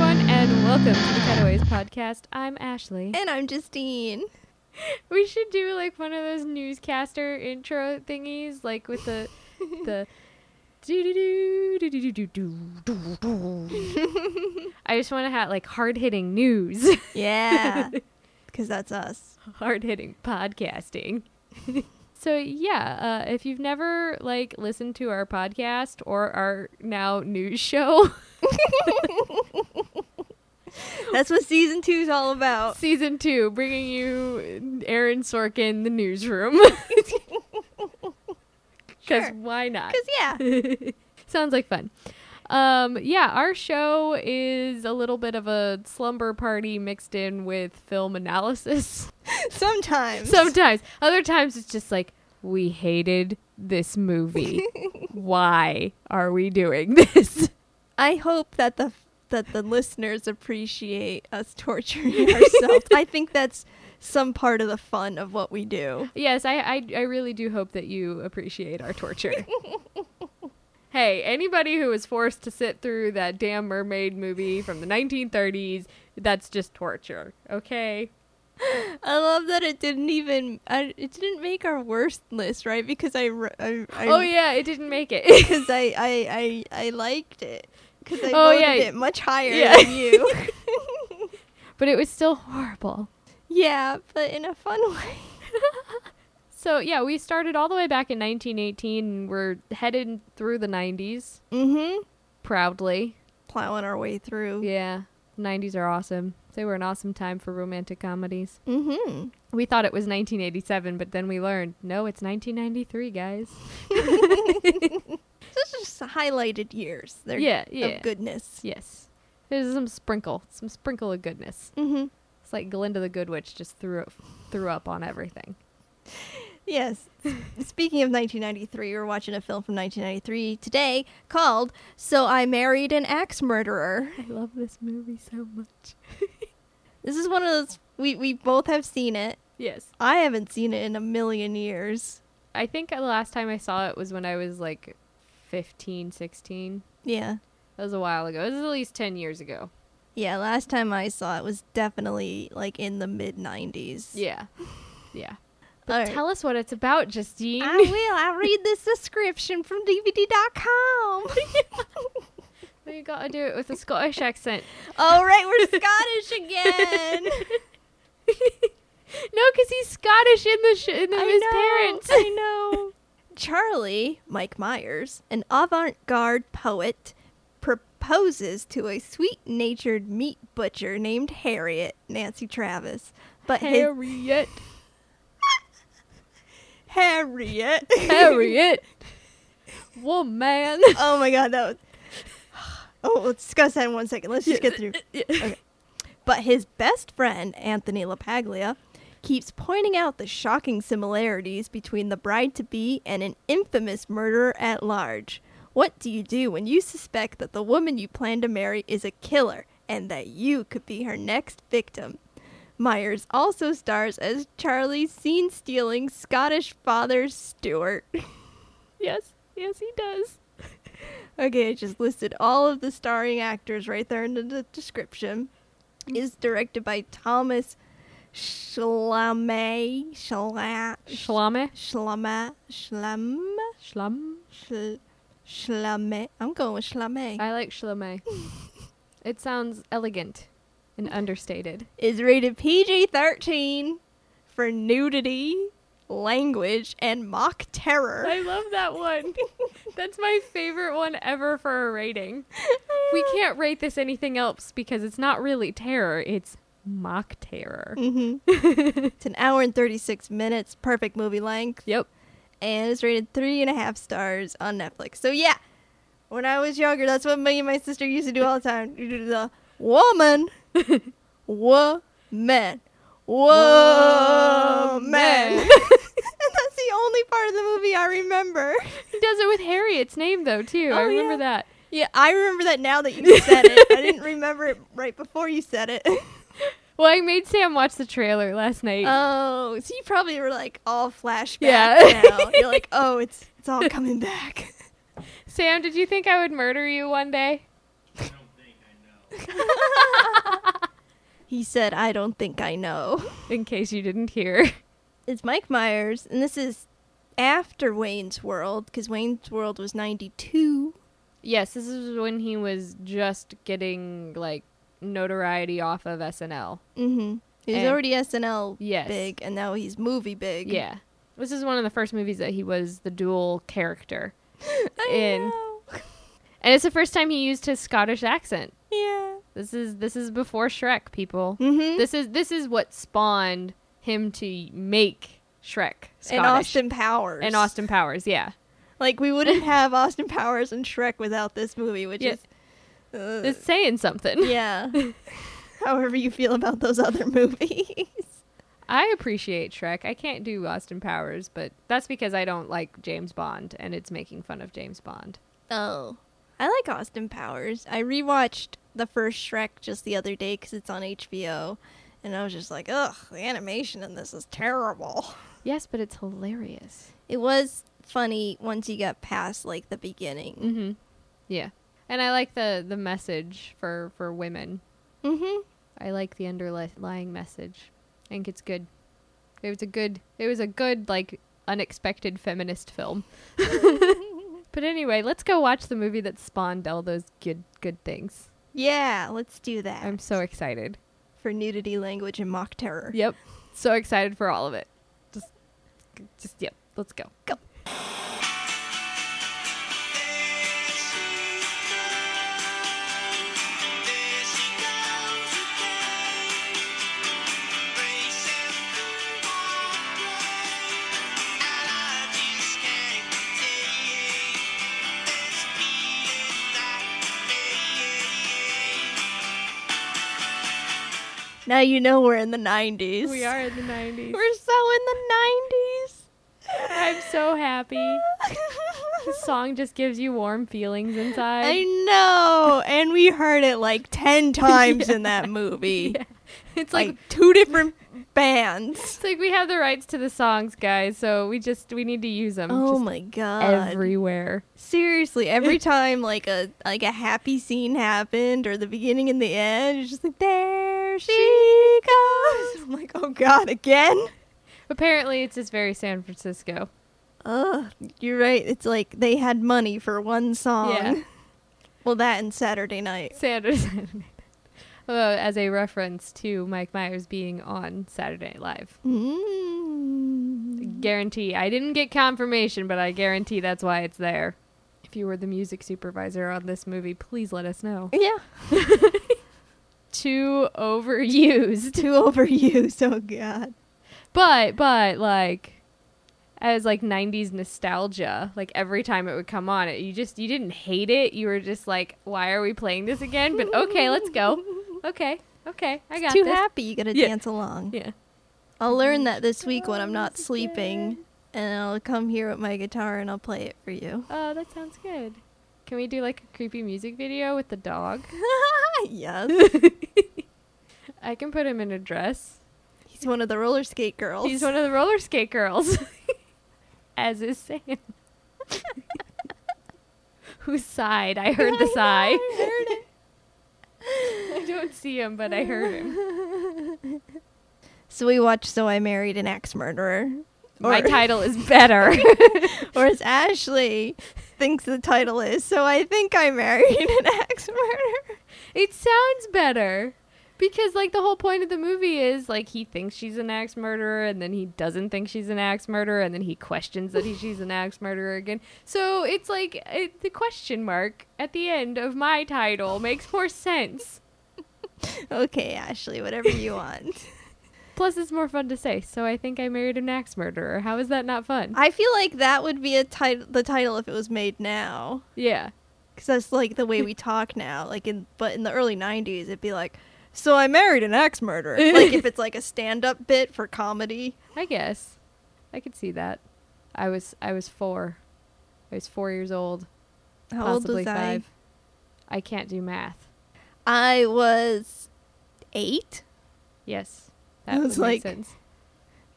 Welcome to the Cutaways Podcast. I'm Ashley. And I'm Justine. We should do like one of those newscaster intro thingies, like with the the do do do do do do do do do. I just want to have like hard hitting news, Yeah. Because that's us. hard hitting podcasting. so yeah, uh, if you've never like listened to our podcast or our now news show, That's what season two is all about. season two, bringing you Aaron Sorkin, the newsroom. Because Sure. why not? Because, yeah. Sounds like fun. Um, yeah, our show is a little bit of a slumber party mixed in with film analysis. Sometimes. Sometimes, other times, it's just like we hated this movie. why are we doing this? I hope that the that the listeners appreciate us torturing ourselves. I think that's some part of the fun of what we do. Yes, I, I, I really do hope that you appreciate our torture. hey, anybody who was forced to sit through that damn mermaid movie from the 1930s, that's just torture, okay? I love that it didn't even I, it didn't make our worst list, right? Because I re- I, I oh, yeah, it didn't make it. because I, I I I liked it because I Oh, voted yeah. it much higher Yeah. than you. but it was still horrible. yeah, but in a fun way. So, yeah, we started all the way back in 1918 and we're headed through the 90s Mm-hmm. proudly. Plowing our way through. Yeah, 90s are awesome. They were an awesome time for romantic comedies. Mm-hmm. We thought it was 1987, but then we learned no, it's 1993, guys. This is just highlighted years. They're yeah, yeah, Of goodness. yes. There's some sprinkle, some sprinkle of goodness. Mm-hmm. It's like Glinda the Good Witch just threw threw up on everything. Yes. Speaking of 1993, we're watching a film from 1993 today called "So I Married an Axe Murderer." I love this movie so much. This is one of those we we both have seen it. Yes, I haven't seen it in a million years. I think the last time I saw it was when I was like 15, 16. Yeah. That was a while ago. It was at least 10 years ago. Yeah, last time I saw it was definitely like in the mid 90s. Yeah, yeah. All right. Ah. Tell us what it's about, Justine. I will. I read this description from DVD.com. you gotta do it with a Scottish accent. All Oh, right, we're Scottish again. No, because he's Scottish in the sh- in the, his parents. I know. Charlie, Mike Myers, an avant garde poet, proposes to a sweet natured meat butcher named Harriet, Nancy Travis. But his Harriet, Harriet. Harriet, woman. oh my god, that was. Oh, let's discuss that in one second. Let's just get through. Okay. But his best friend, Anthony LaPaglia, keeps pointing out the shocking similarities between the bride to be and an infamous murderer at large. What do you do when you suspect that the woman you plan to marry is a killer and that you could be her next victim? Myers also stars as Charlie's scene stealing Scottish father, Stuart. Yes, yes, he does. Okay, I just listed all of the starring actors right there in the d- description. Is directed by Thomas Schlamme. Schla, Schlamme, Schlamme. Schlamme. schlamm. Schl, Schlamme. I'm going with Schlamme. I like schlamme. it sounds elegant and understated. Is rated PG 13 for nudity, language, and mock terror. I love that one. That's my favorite one ever for a rating. We can't rate this anything else because it's not really terror. It's mock terror. hmm it's an hour and 36 minutes. Perfect movie length. Yep. and it's rated three and a half stars on Netflix. So yeah, when I was younger, that's what me and my sister used to do all the time. You do the woman, woman, woman. Woman. and that's the only part of the movie I remember. He does it with Harriet's name though too. I Oh, remember yeah. that. Yeah, I remember that now that you said it. I didn't remember it right before you said it. Well, I made Sam watch the trailer last night. oh, so you probably were like all flashback Yeah. now. You're like, oh, it's it's all coming back. Sam, did you think I would murder you one day? I don't think I know. He said, I don't think I know. in case you didn't hear. It's Mike Myers, and this is after Wayne's World, because Wayne's World was 92. Yes, this is when he was just getting like notoriety off of SNL. Mm-hmm. He was And- already SNL Yes. big, and now he's movie big. Yeah. This is one of the first movies that he was the dual character. I in- know. And it's the first time he used his Scottish accent. Yeah. This is this is before Shrek, people. Mm-hmm. This is this is what spawned him to make Shrek Scottish. and Austin Powers. And Austin Powers, yeah. Like, we wouldn't have Austin Powers and Shrek without this movie, which Yeah. is. Ugh. It's saying something. Uh, yeah. However you feel about those other movies. I appreciate Shrek. I can't do Austin Powers, but that's because I don't like James Bond and it's making fun of James Bond. Oh. I like Austin Powers. I rewatched the first Shrek just the other day because it's on HBO. And I was just like, ugh, the animation in this is terrible. Yes, but it's hilarious. It was funny once you got past, like, the beginning. Mhm. Yeah. And I like the the message for for women. Mm-hmm. I like the underlying message. I think it's good. It was a good. It was a good like unexpected feminist film. but anyway, let's go watch the movie that spawned all those good good things. Yeah, let's do that. I'm so excited. For nudity, language, and mock terror. Yep. So excited for all of it. Just just yep. Let's go. Go. Now you know we're in the 90s. We are in the 90s. We're so in the 90s. I'm so happy. The song just gives you warm feelings inside. I know. And we heard it like 10 times in that movie. Yeah. It's It's like, like two different bands. It's like we have the rights to the songs, guys, so we just we need to use them oh just my god. everywhere. Seriously, every time like a like a happy scene happened or the beginning and the end, it's just like there she goes. I'm like, "Oh god, again?" Apparently, it's just very San Francisco. Ugh, you're right. It's like they had money for one song. Yeah. Well, that and Saturday night. Sanders. Although, as a reference to Mike Myers being on Saturday Night Live, Mm. guarantee I didn't get confirmation, but I guarantee that's why it's there. If you were the music supervisor on this movie, please let us know. Yeah. Too overused. Too overused. Oh god. But but like as like 90s nostalgia, like every time it would come on, it you just you didn't hate it. You were just like, why are we playing this again? But okay, let's go. Okay. Okay. I got Too this. happy. You gotta Yeah. dance along. Yeah. I'll learn that this week when I'm not Once sleeping, again. and I'll come here with my guitar and I'll play it for you. Oh, that sounds good. Can we do like a creepy music video with the dog? yes. I can put him in a dress. He's one of the roller skate girls. He's one of the roller skate girls. As is Sam. Who sighed? I heard the sigh. I I don't see him, but I heard him. so we watched So I Married an Axe Murderer. Or, My title is better. or as Ashley thinks the title is, So I Think I Married an Axe Murderer. it sounds better. Because like the whole point of the movie is like he thinks she's an axe murderer and then he doesn't think she's an axe murderer and then he questions that he, she's an axe murderer again. So it's like it, the question mark at the end of my title makes more sense. Okay, Ashley, whatever you want. Plus it's more fun to say. So I think I married an axe murderer. How is that not fun? I feel like that would be a title, the title if it was made now. yeah. because that's like the way we talk now. Like in, but in the early '90s, it'd be like, "So I married an axe murderer." like if it's like a stand-up bit for comedy. I guess. I could see that. I was I was 4. I was 4 years old. How possibly old was five. I? can't do math. I? I was eight. Yes, I that was would like- make sense.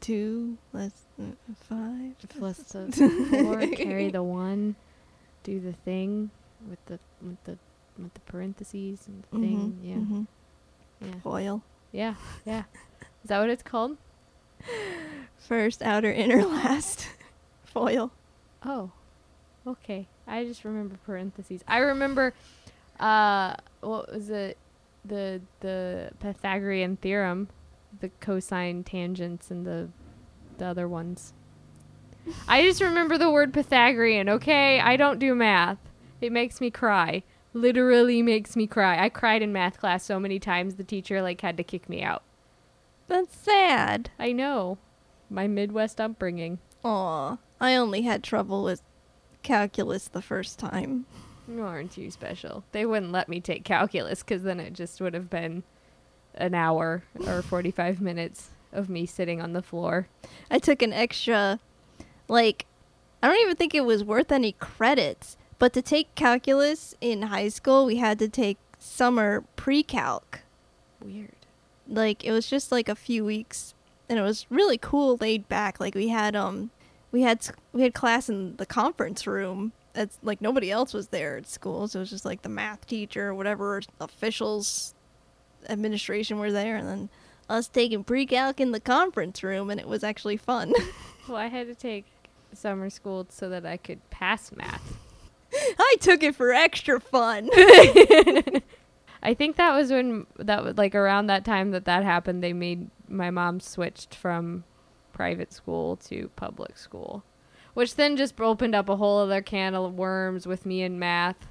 Two less than five. Plus the four, carry the one, do the thing with the with the with the parentheses and the thing. Mhm, mhm. Yeah, yeah. Foil. Yeah, yeah. Is that what it's called? First, outer, inner, last. Foil. Oh, okay. I just remember parentheses. I remember, uh, what was it? The the Pythagorean theorem, the cosine tangents, and the the other ones. I just remember the word Pythagorean. Okay, I don't do math. It makes me cry. Literally makes me cry. I cried in math class so many times the teacher like had to kick me out. That's sad. I know, my Midwest upbringing. Aw, I only had trouble with calculus the first time. Aren't you special? They wouldn't let me take calculus because then it just would have been an hour or 45 minutes of me sitting on the floor. I took an extra, like, I don't even think it was worth any credits, but to take calculus in high school, we had to take summer pre calc. Weird. Like, it was just like a few weeks, and it was really cool, laid back. Like, we had, um, we had s- we had class in the conference room. That's like nobody else was there at school, so it was just like the math teacher, or whatever officials, administration were there, and then us taking pre-calc in the conference room, and it was actually fun. Well, I had to take summer school so that I could pass math. I took it for extra fun. I think that was when that was like around that time that that happened. They made my mom switched from private school to public school, which then just opened up a whole other can of worms with me and math.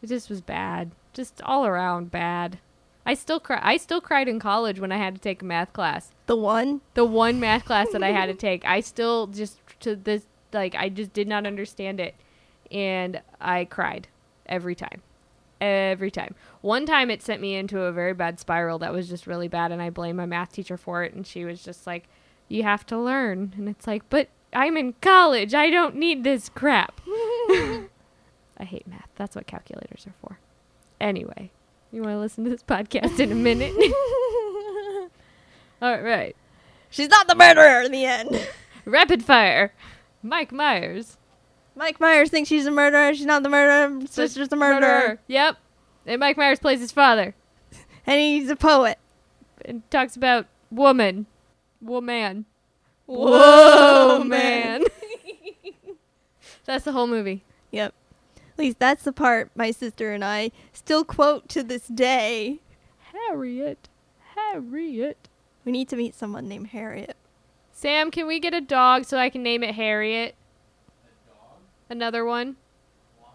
It just was bad, just all around bad. I still cry. I still cried in college when I had to take a math class the one, the one math class that I had to take. I still just to this like I just did not understand it and I cried every time. Every time. One time it sent me into a very bad spiral that was just really bad and I blamed my math teacher for it and she was just like you have to learn and it's like but I'm in college. I don't need this crap. I hate math. That's what calculators are for. Anyway, you want to listen to this podcast in a minute? All right. she's not the murderer in the end. Rapid fire. Mike Myers. Mike Myers thinks she's a murderer. She's not the murderer. Sister's the murderer, Yep. And Mike Myers plays his father and he's a poet. and talks about woman. Woman. Whoa, That's the whole movie. Yep. At least that's the part my sister and I still quote to this day. Harriet. Harriet. We need to meet someone named Harriet. Sam, can we get a dog so I can name it Harriet? A dog? Another one? Why?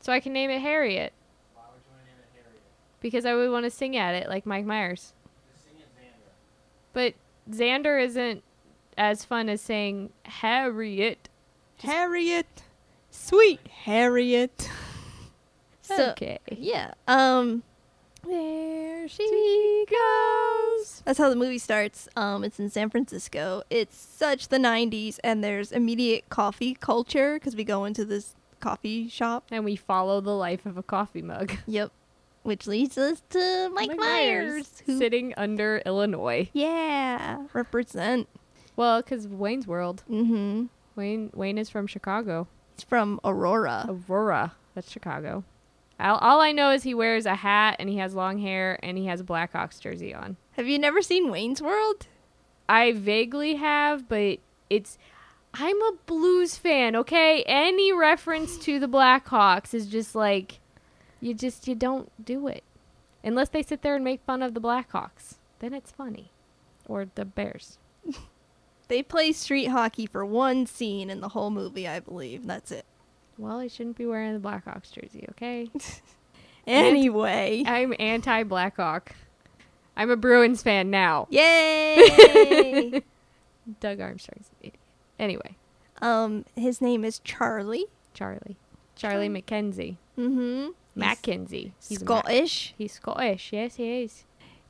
So I can name it Harriet. Why would you want to name it Harriet? Because I would want to sing at it like Mike Myers. But Xander isn't as fun as saying Harriet. Harriet. Sweet Harriet. So, okay. yeah. Um there she goes. That's how the movie starts. Um it's in San Francisco. It's such the 90s and there's immediate coffee culture cuz we go into this coffee shop. And we follow the life of a coffee mug. Yep. Which leads us to Mike, Myers. who- Sitting under Illinois. yeah, represent. Well, because Wayne's World. Mhm. Wayne Wayne is from Chicago. It's from Aurora. Aurora. That's Chicago. All, all I know is he wears a hat and he has long hair and he has a Blackhawks jersey on. Have you never seen Wayne's World? I vaguely have, but it's. I'm a blues fan, okay? Any reference to the Blackhawks is just like, you just you don't do it, unless they sit there and make fun of the Blackhawks. Then it's funny, or the Bears. They play street hockey for one scene in the whole movie, I believe. That's it. Well, I shouldn't be wearing the Blackhawks jersey, okay? Anyway. I'm anti Blackhawk. I'm a Bruins fan now. Yay! Doug Armstrong's an idiot. Anyway, um, his name is Charlie. Charlie. Charlie McKenzie. Mm-hmm. Mackenzie. He's a Mac. Scottish. He's Scottish. Yes, he is.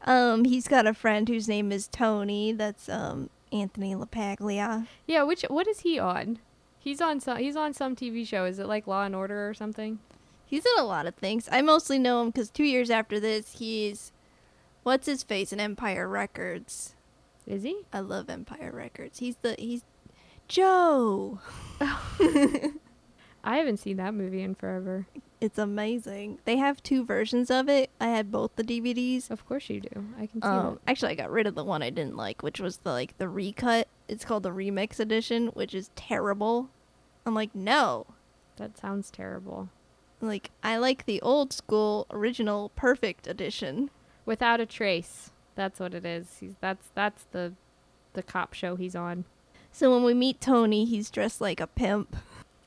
Um, he's got a friend whose name is Tony. That's um Anthony LaPaglia. Yeah, which what is he on? He's on some he's on some TV show. Is it like Law and Order or something? He's in a lot of things. I mostly know him because two years after this, he's what's his face in Empire Records. Is he? I love Empire Records. He's the he's Joe. I haven't seen that movie in forever. It's amazing. They have two versions of it. I had both the DVDs. Of course you do. I can see Um, actually, I got rid of the one I didn't like, which was the like the recut. It's called the remix edition, which is terrible. I'm like, no, that. That sounds terrible. like I like the old school original perfect edition. Without a trace. That's what it is. He's, that's that's the the cop show he's on. So when we meet Tony, he's dressed like a pimp.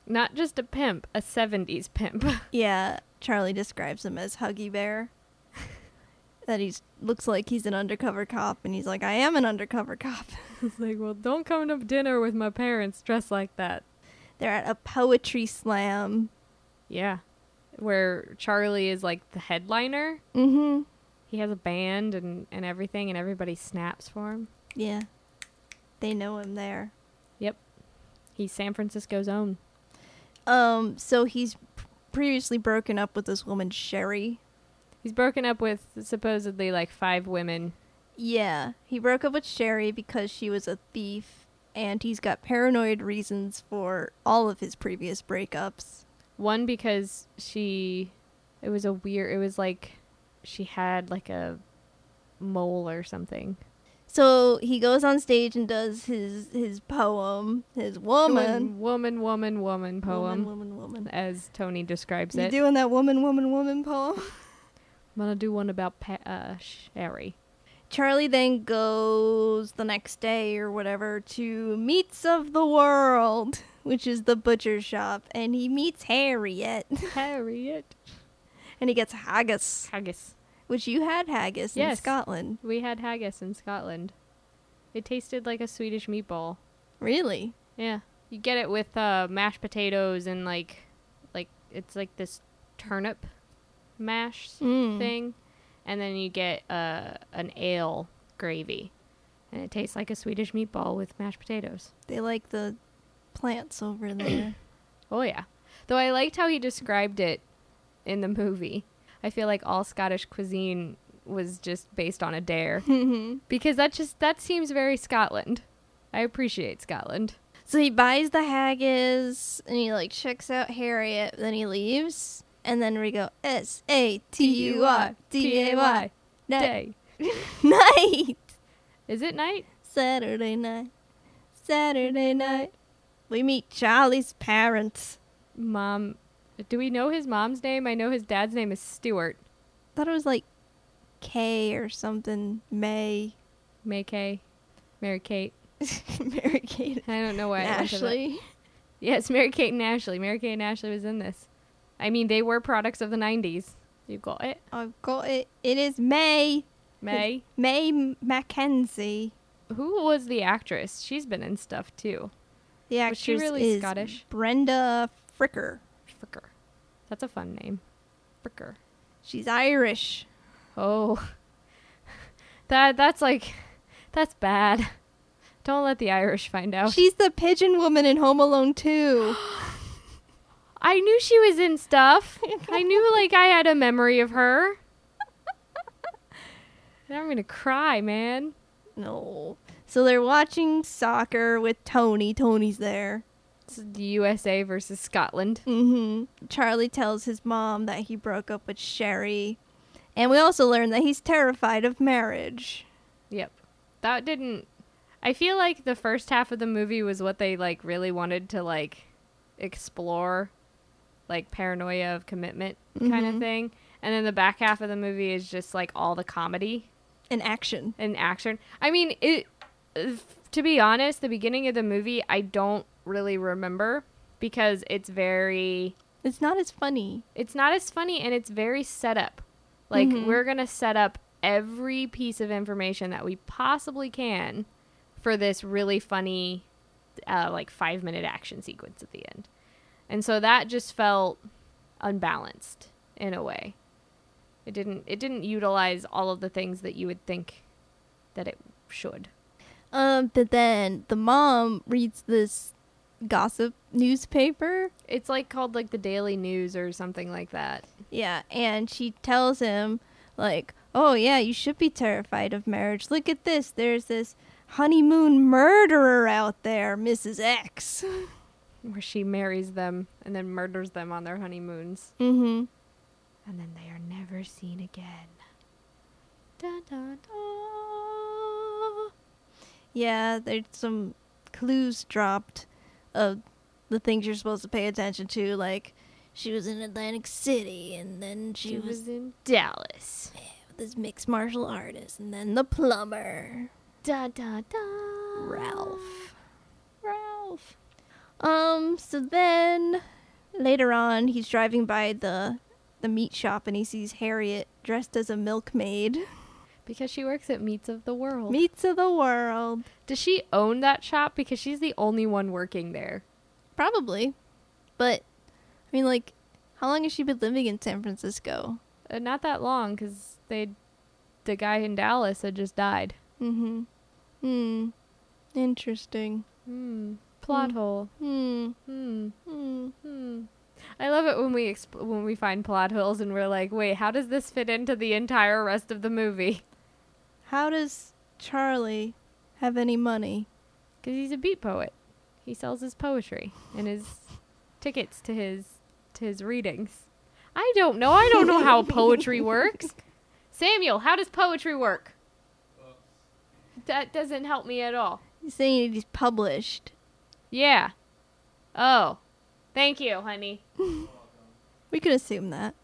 Not just a pimp, a 70s pimp. Yeah, Charlie describes him as Huggy Bear. that he's looks like he's an undercover cop, and he's like, I am an undercover cop. it's like, well, don't come to dinner with my parents dressed like that. They're at a poetry slam. Yeah. Where Charlie is like the headliner. Mm-hmm. He has a band and, and everything, and everybody snaps for him. Yeah, they know him there. He's San Francisco's own. Um, so he's p- previously broken up with this woman, Sherry. He's broken up with supposedly like five women. Yeah, he broke up with Sherry because she was a thief, and he's got paranoid reasons for all of his previous breakups. One because she, it was a weird, it was like she had like a mole or something. So he goes on stage and does his his poem, his woman, woman, woman, woman poem, woman, woman. woman. as Tony describes You it. doing that woman, woman, woman poem? I'm gonna do one about pa- uh, Sherry. Charlie then goes the next day or whatever to Meats of the World, which is the butcher shop, and he meets Harriet. Harriet and he gets haggis, haggis. which you had haggis in Yes. Scotland. We had haggis in Scotland. It tasted like a Swedish meatball. Really? Yeah, you get it with uh, mashed potatoes and like, like it's like this turnip mash Mm. thing, and then you get uh, an ale gravy, and it tastes like a Swedish meatball with mashed potatoes. They like the plants over there. Oh yeah, though I liked how he described it in the movie. I feel like all Scottish cuisine was just based on a dare. so because that just that seems very Scotland. I appreciate Scotland. he buys the haggis and he like checks out Harriet, then he leaves. And then we go S A T U R D A Y night day. night Is it night? Saturday night Saturday night. We meet Charlie's parents. Mom, do we know his mom's name? I know his dad's name is Stuart Thought it was like K or something May May Kay, Mary Kate. Mary Kate I don't know why. I went to that. Ashley. Yes, Mary Kate and Ashley. Mary Kate and Ashley was in this. I mean, they were products of the '90s. You got it, I've got it. It is May. May. May M- Mackenzie. Who was the actress? She's been in stuff too. The Was she actress really is Scottish? Brenda Fricker. Fricker. That's a fun name. Fricker. She's Irish. Oh. That that's like that's bad. Don't let the Irish find out. She's the pigeon woman in Home Alone 2. I knew she was in stuff. I knew like I had a memory of her. And I'm going to cry, man. no. So they're watching soccer with Tony. Tony's there. It's the USA versus Scotland. hmm Charlie tells his mom that he broke up with Sherry. And we also learn that he's terrified of marriage. Yep. That didn't I feel like the first half of the movie was what they like really wanted to like explore like paranoia of commitment kind of Mhm. thing. And then the back half of the movie is just like all the comedy. In action. an action. I mean, it. To be honest, the beginning of the movie I don't really remember because it's very. It's not as funny. It's not as funny and it's very set up. Like Mhm. we're gonna set up every piece of information that we possibly can for this really funny, uh, like five minute action sequence at the end, and so that just felt unbalanced in a way. It didn't. It didn't utilize all of the things that you would think that it should. Um, but then the mom reads this gossip newspaper. It's like called like the Daily News or something like that. Yeah, and she tells him like, "Oh yeah, you should be terrified of marriage. Look at this. There's this honeymoon murderer out there, Mrs. X." where she marries them and then murders them on their honeymoons, Mm-hmm. and then they are never seen again. Dun, dun, dun. Yeah, there's some clues dropped of the things you're supposed to pay attention to, like she was in Atlantic City and then she, She was, was in Dallas. with this mixed martial artist and then the plumber. Da da da. Ralph. Ralph. Um, so then later on he's driving by the the meat shop and he sees Harriet dressed as a milkmaid. Because she works at Meats of the World. Meats of the world. Does she own that shop? Because she's the only one working there. Probably. But I mean like how long has she been living in San Francisco? Uh, not that long, because they, the guy in Dallas had just died. Mm-hmm. Hmm. Interesting. Hmm. Plot Hmm. hole. Hmm. Hmm. Hmm. Hmm. I love it when we exp- when we find plot holes and we're like, wait, how does this fit into the entire rest of the movie? How does Charlie have any money? Because he's a beat poet. He sells his poetry and his tickets to his to his readings. I don't know. I don't know how poetry works. Samuel, how does poetry work? That doesn't help me at all. He's saying he's published. Yeah. Oh. Thank you, honey. We could assume that.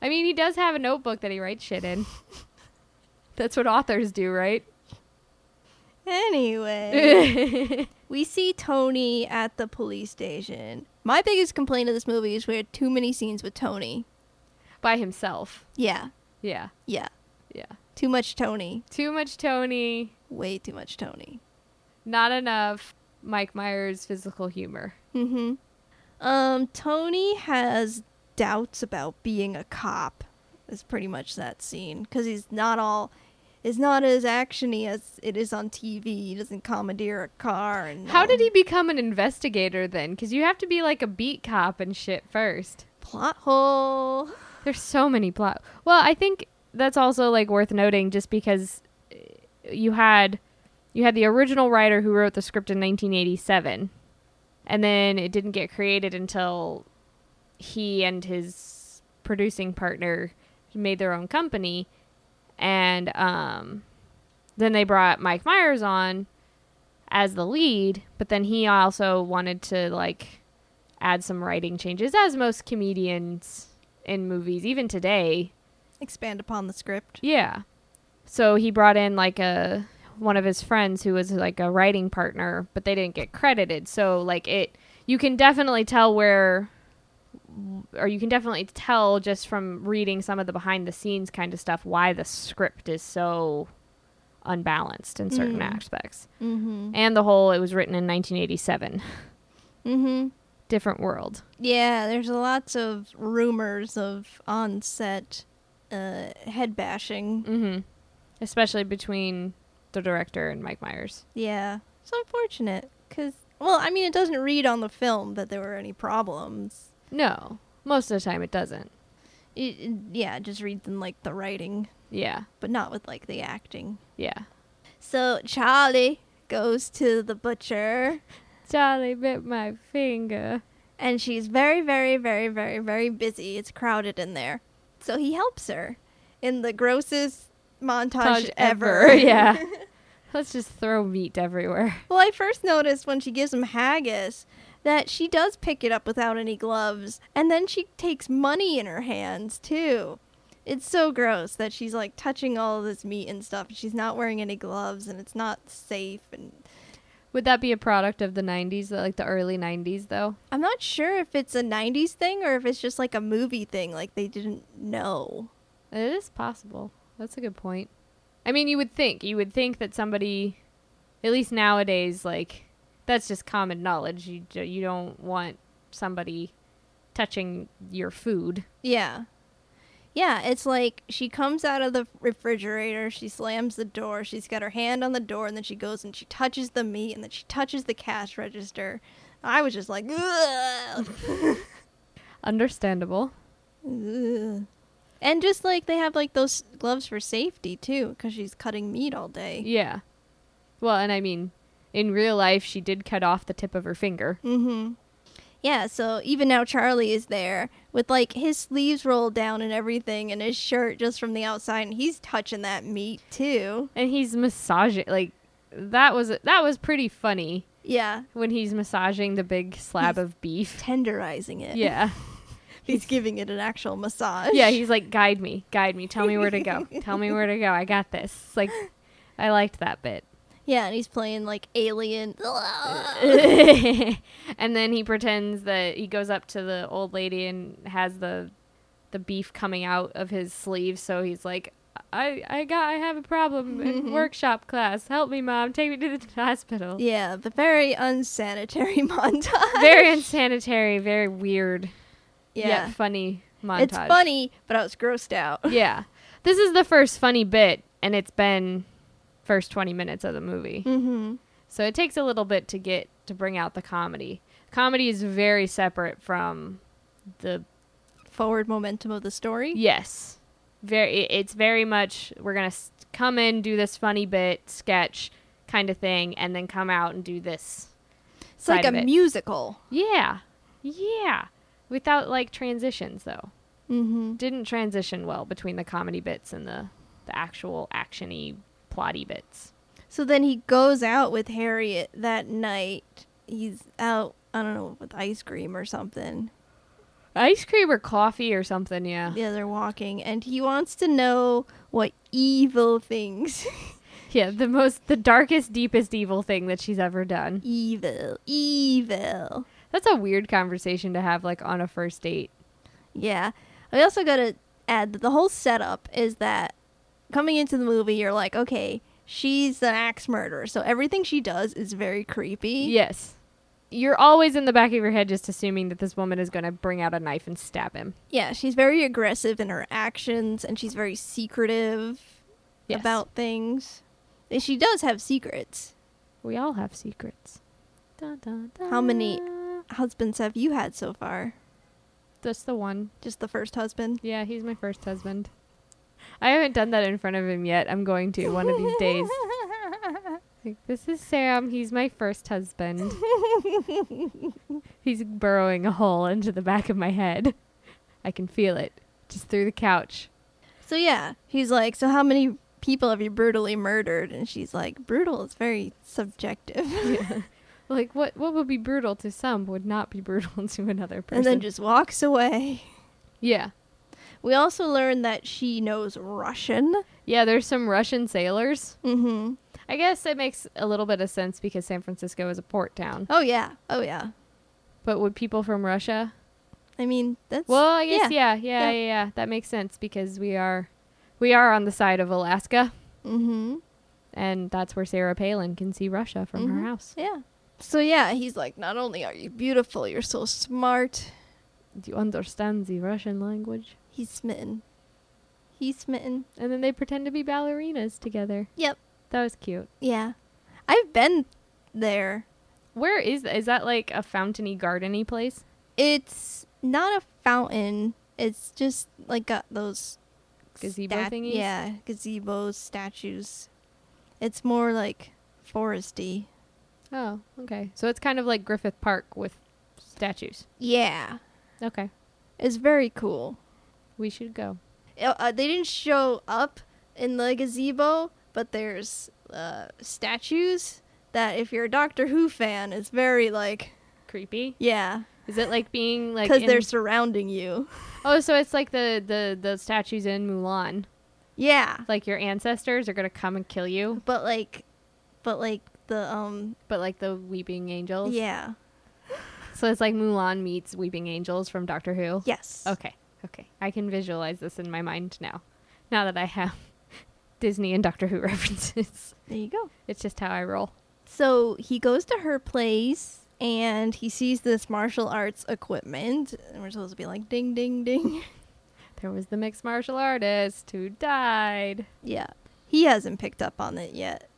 I mean, he does have a notebook that he writes shit in. That's what authors do, right? Anyway, yeah. we see Tony at the police station. My biggest complaint of this movie is we had too many scenes with Tony. By himself. Yeah, Yeah. yeah. Yeah. Too much Tony. Too much Tony, Way too much Tony. not enough Mike Myers physical humor. Mm-hmm. Um, Tony has doubts about being a cop. Is pretty much that scene because he's not all, is not as actiony as it is on TV. He doesn't commandeer a car. And How all- did he become an investigator then? Because you have to be like a beat cop and shit first. plot hole? There's so many plot. Well, I think that's also like worth noting just because uh, you had you had the original writer who wrote the script in 1987 and then it didn't get created until he and his producing partner made their own company and um then they brought Mike Myers on as the lead, but then he also wanted to like add some writing changes as most comedians in movies even today. Expand upon the script. Yeah. So he brought in like a one of his friends who was like a writing partner, but they didn't get credited. So like it you can definitely tell where or you can definitely tell just from reading some of the behind the scenes kind of stuff why the script is so unbalanced in certain Mm. aspects. Mm-hmm. And the whole it was written in 1987. Mm-hmm. Different world. Yeah, there's lots of rumors of on-set uh, head bashing. Mhm. Especially between the director and Mike Myers. Yeah, it's unfortunate because, well, I mean, it doesn't read on the film that there were any problems. No. Most of the time it doesn't. It, it- yeah, it just reads in like the writing, Yeah. but not with like the acting. Yeah. So Charlie goes to the butcher, Charlie bit my finger. and she's very, very, very, very, very busy. It's crowded in there, so he helps her in the grossest montage Montage ever. ever, yeah. Let's just throw meat everywhere. Well, I first noticed when she gives him haggis that she does pick it up without any gloves, and then she takes money in her hands too. It's so gross that she's like touching all this meat and stuff. and She's not wearing any gloves, and it's not safe. And Would that be a product of the 90s, like the early 90s, though? I'm not sure if it's a '90s thing or if it's just like a movie thing. Like they didn't know. It is possible. That's a good point. I mean, you would think. You would think that somebody, at least nowadays, like, that's just common knowledge. You, d- you don't want somebody touching your food. Yeah. Yeah, it's like she comes out of the refrigerator, she slams the door, she's got her hand on the door, and then she goes and she touches the meat and then she touches the cash register. I was just like, Ugh. Understandable. Ugh. and just like they have like those gloves for safety too, because she's cutting meat all day. Yeah. Well, and I mean, in real life, she did cut off the tip of her finger. Mm hmm. Yeah, so even now Charlie is there with like his sleeves rolled down and everything and his shirt just from the outside and he's touching that meat too. and he's massaging like that was that was pretty funny Yeah, when he's massaging the big slab of beef. tenderizing it. Yeah. He's giving it an actual massage. Yeah, he's like guide me, guide me, tell me where to go. tell me where to go. I got this. It's like I liked that bit. Yeah, and he's playing like alien. and then he pretends that he goes up to the old lady and has the the beef coming out of his sleeve so he's like I I got I have a problem in workshop class. Help me mom. Take me to the hospital. Mm-hmm. yeah, the very unsanitary montage. Very unsanitary, very weird. yeah. yet funny montage. It's funny, but I was grossed out. yeah. This is the first funny bit, and it's been first 20 minutes of the movie. Mm-hmm. So it takes a little bit to get to bring out the comedy. Comedy is very separate from the Forward momentum of the story. yes. Very it- it's very much we're going to come in do this funny bit sketch kind of thing and then come out and do this. it's side like a of it. musical. Yeah. Yeah. Without like transitions though. Mm-hmm. didn't transition well between the comedy bits and the, the actual actiony plotty bits. So then he goes out with Harriet that night. He's out, I don't know, with ice cream or something. Ice cream or coffee or something, yeah. Yeah, they're walking, and he wants to know what evil things. Yeah, the most the darkest, deepest evil thing that she's ever done. evil, evil. That's a weird conversation to have like on a first date. Yeah. I also got to add that the whole setup is that coming into the movie, you're like, okay, she's an axe murderer, so everything she does is very creepy. Yes. You're always in the back of your head just assuming that this woman is going to bring out a knife and stab him. Yeah, she's very aggressive in her actions, and she's very secretive Yes. about things. And She does have secrets. we all have secrets. Dun, dun, dun. How many- Husbands have you had so far? Just the one. Just the first husband? Yeah, he's my first husband. I haven't done that in front of him yet. I'm going to one of these days. Like, this is Sam. He's my first husband. He's burrowing a hole into the back of my head. I can feel it just through the couch. So yeah, he's like, so how many people have you brutally murdered? And she's like, brutal is very subjective. Like what what would be brutal to some would not be brutal to another person. and then just walks away. yeah. We also learn that she knows Russian. Yeah, there's some Russian sailors. Mm-hmm. I guess it makes a little bit of sense because San Francisco is a port town. Oh yeah. Oh yeah. But would people from Russia? I mean, that's Well, I guess yeah, yeah, Yeah. yeah, yeah. That makes sense because we are we are on the side of Alaska Mm-hmm. and that's where Sarah Palin can see Russia from Mhm. her house. Yeah. So yeah, he's like, not only are you beautiful, you're so smart. Do you understand the Russian language? He's smitten. He's smitten. And then they pretend to be ballerinas together. Yep. That was cute. Yeah. I've been there. Where is that? Is that like a fountainy, gardeny place? It's not a fountain. It's just like got those Gazebo thingies? Yeah, gazebos, statues. It's more like foresty. Oh, okay. So it's kind of like Griffith Park with statues. Yeah, Okay. it's very cool. We should go. Uh, uh, they didn't show up in the gazebo, but there's uh, statues that, if you're a Doctor Who fan, is very like Creepy. yeah, Is it like being like because in- they're surrounding you. Oh, so it's like the the the statues in Mulan. Yeah, Like your ancestors are going to come and kill you, but like, but like the um but like the weeping angels. yeah So it's like Mulan meets weeping angels from Doctor Who. yes Okay. Okay. I can visualize this in my mind now. Now that I have Disney and Doctor Who references. there you go. It's just how I roll. So he goes to her place and he sees this martial arts equipment. And we're supposed to be like, ding, ding, ding. There was the mixed martial artist who died. yeah. He hasn't picked up on it yet.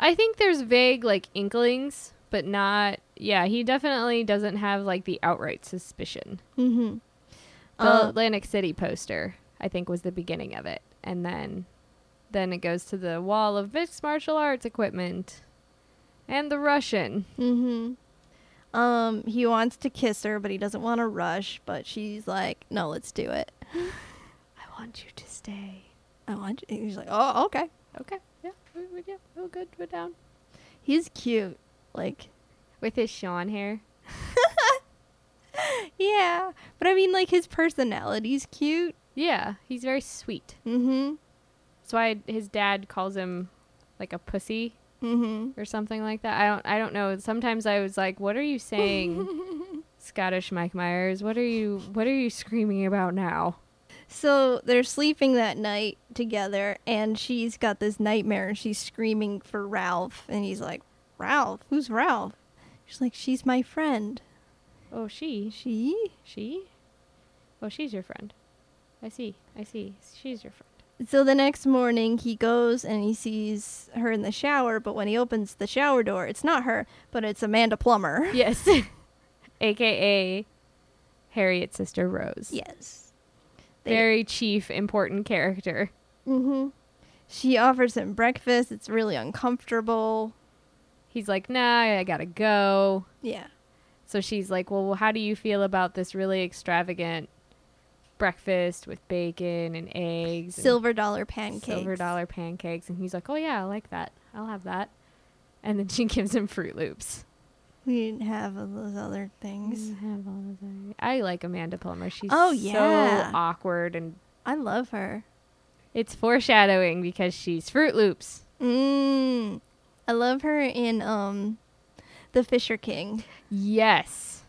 I think there's vague like inklings, but not yeah, he definitely doesn't have like the outright suspicion. Mm-hmm. The Uh, Atlantic City poster, I think, was the beginning of it. And then then it goes to the wall of mixed martial arts equipment. And the Russian. mm-hmm. Um, he wants to kiss her, but he doesn't want to rush. But she's like, "No, let's do it." I want you to stay. I want. You. He's like, "Oh, okay." Okay. Yeah. We, we, yeah. We're good. We're down. He's cute. Like, With his Sean hair. yeah. But I mean, like, his personality's cute. Yeah. He's very sweet. Mm That's why his dad calls him like a pussy hmm. Mm or something like that. I don't. I don't know. Sometimes I was like, "What are you saying, hmm. Scottish Mike Myers? What are you? What are you screaming about now?" so they're sleeping that night together, and she's got this nightmare, and she's screaming for Ralph, and he's like, "Ralph? Who's Ralph?" She's like, "She's my friend." Oh, she. She? She? Oh, she's your friend. I see. I see. She's your friend. So the next morning, he goes and he sees her in the shower, but when he opens the shower door, it's not her, but it's Amanda Plummer. Yes. AKA Harriet's sister Rose. Yes. Very chief, important character. Mm-hmm. She offers him breakfast. It's really uncomfortable. He's like, nah, I gotta go. Yeah. So she's like, well, how do you feel about this really extravagant breakfast with bacon and eggs? and Silver dollar pancakes. Silver dollar pancakes. And he's like, oh, yeah, I like that. I'll have that. And then she gives him Fruit Loops. We didn't have all those other things. Mm, have all those other- I like Amanda Plummer. She's Mm-hmm. Oh, so yeah. awkward and I love her. it's foreshadowing because she's Fruit Loops. Mm. I love her in um, The Fisher King. Yes.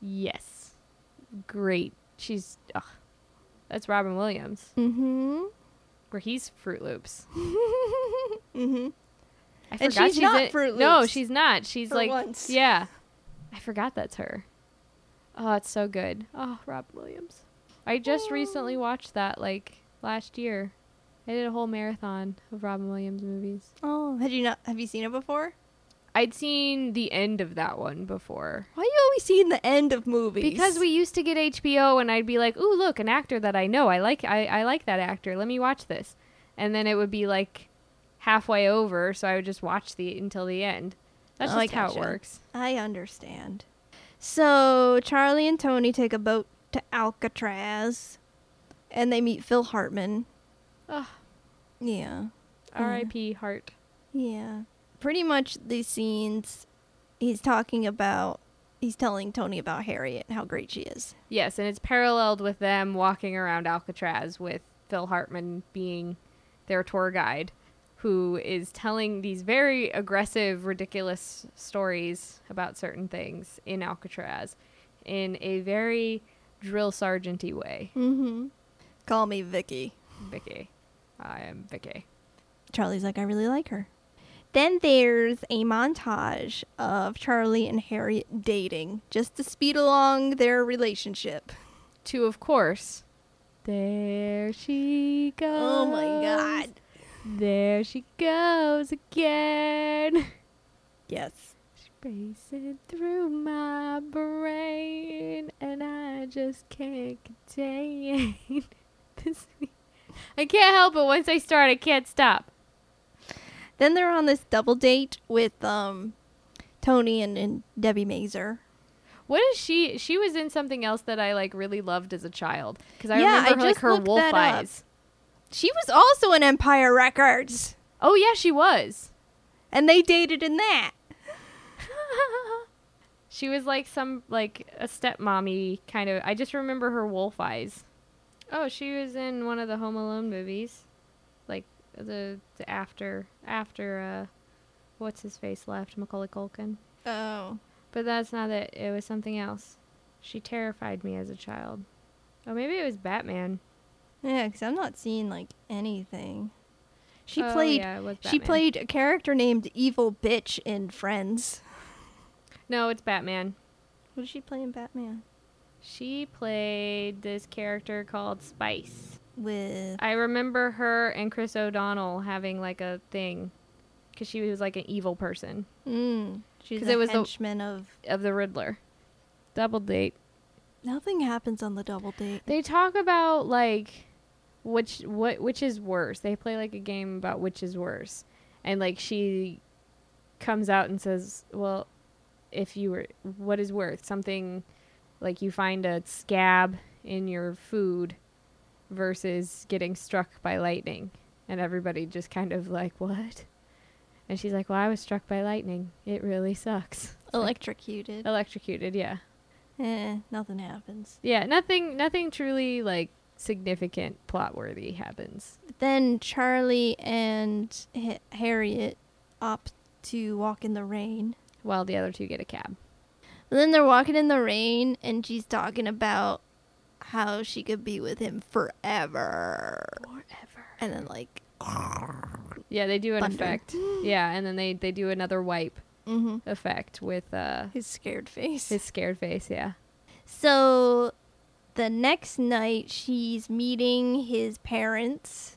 Yes. Great. She's ugh. That's Robin Williams Mm-hmm. where he's Fruit Loops. mm-hmm. I And she's not Froot No, Loops. she's not. She's For like once. yeah. I forgot that's her. Oh, it's so good. Oh, Robin Williams. I just Oh. recently watched that like last year. I did a whole marathon of Robin Williams movies. Oh, had you not? Have you seen it before? I'd seen the end of that one before. Why are you always seeing the end of movies? Because we used to get HBO and I'd be like, "Ooh, look, an actor that I know. I like I, I like that actor. Let me watch this." And then it would be like halfway over, so I would just watch the until the end. That's Oh, just I how it gotcha. works. I understand. So Charlie and Tony take a boat to Alcatraz, and they meet Phil Hartman. Ugh. Yeah, Yeah. R.I.P. Heart. yeah. Pretty much these scenes, he's talking about. He's telling Tony about Harriet and how great she is. Yes, and it's paralleled with them walking around Alcatraz with Phil Hartman being their tour guide, who is telling these very aggressive, ridiculous stories about certain things in Alcatraz in a very drill sergeanty way. Mm-hmm. Call me Vicky. Vicky. I am Vicky. Charlie's like, I really like her. Then there's a montage of Charlie and Harriet dating just to speed along their relationship. To, of course, there she goes. Oh my god. There she goes again. Yes. Racing through my brain, and I just can't contain this. I can't help it. Once I start, I can't stop. Then they're on this double date with um Tony and, and Debbie Mazer. What is she? She was in something else that I like really loved as a child because I Yeah, remember I her, like just her looked wolf that up. eyes. She was also in Empire Records. Oh yeah, she was. And they dated in that. she was like some like a stepmommy kind of. I just remember her wolf eyes. Oh, she was in one of the Home Alone movies, like the, the after after uh, what's his face left Macaulay Culkin. Oh. But that's not it. It was something else. She terrified me as a child. Oh, maybe it was Batman. Yeah, because I'm not seeing like anything. She Oh, played yeah, it was she Batman. played a character named Evil Bitch in Friends. No, it's Batman. What did she play in Batman? She played this character called Spice. With I remember her and Chris O'Donnell having like a thing because she was like an evil person mm, she's 'Cause a it was the- henchman of of the Riddler. Double date. Nothing happens on the double date. They talk about like which what which is worse. They play like a game about which is worse, and like she comes out and says, "Well, if you were what is worth something like you find a scab in your food versus getting struck by lightning and everybody just kind of like what and she's like well i was struck by lightning it really sucks Electrocuted. electrocuted yeah eh, nothing happens. yeah nothing nothing truly like significant plot worthy happens Then Charlie and H- Harriet opt to walk in the rain. while the other two get a cab And then they're walking in the rain, and she's talking about how she could be with him forever. forever And then, like, yeah they do an Thunder. effect yeah and then they they do another wipe mm-hmm. effect with uh his scared face. his scared face yeah So the next night she's meeting his parents.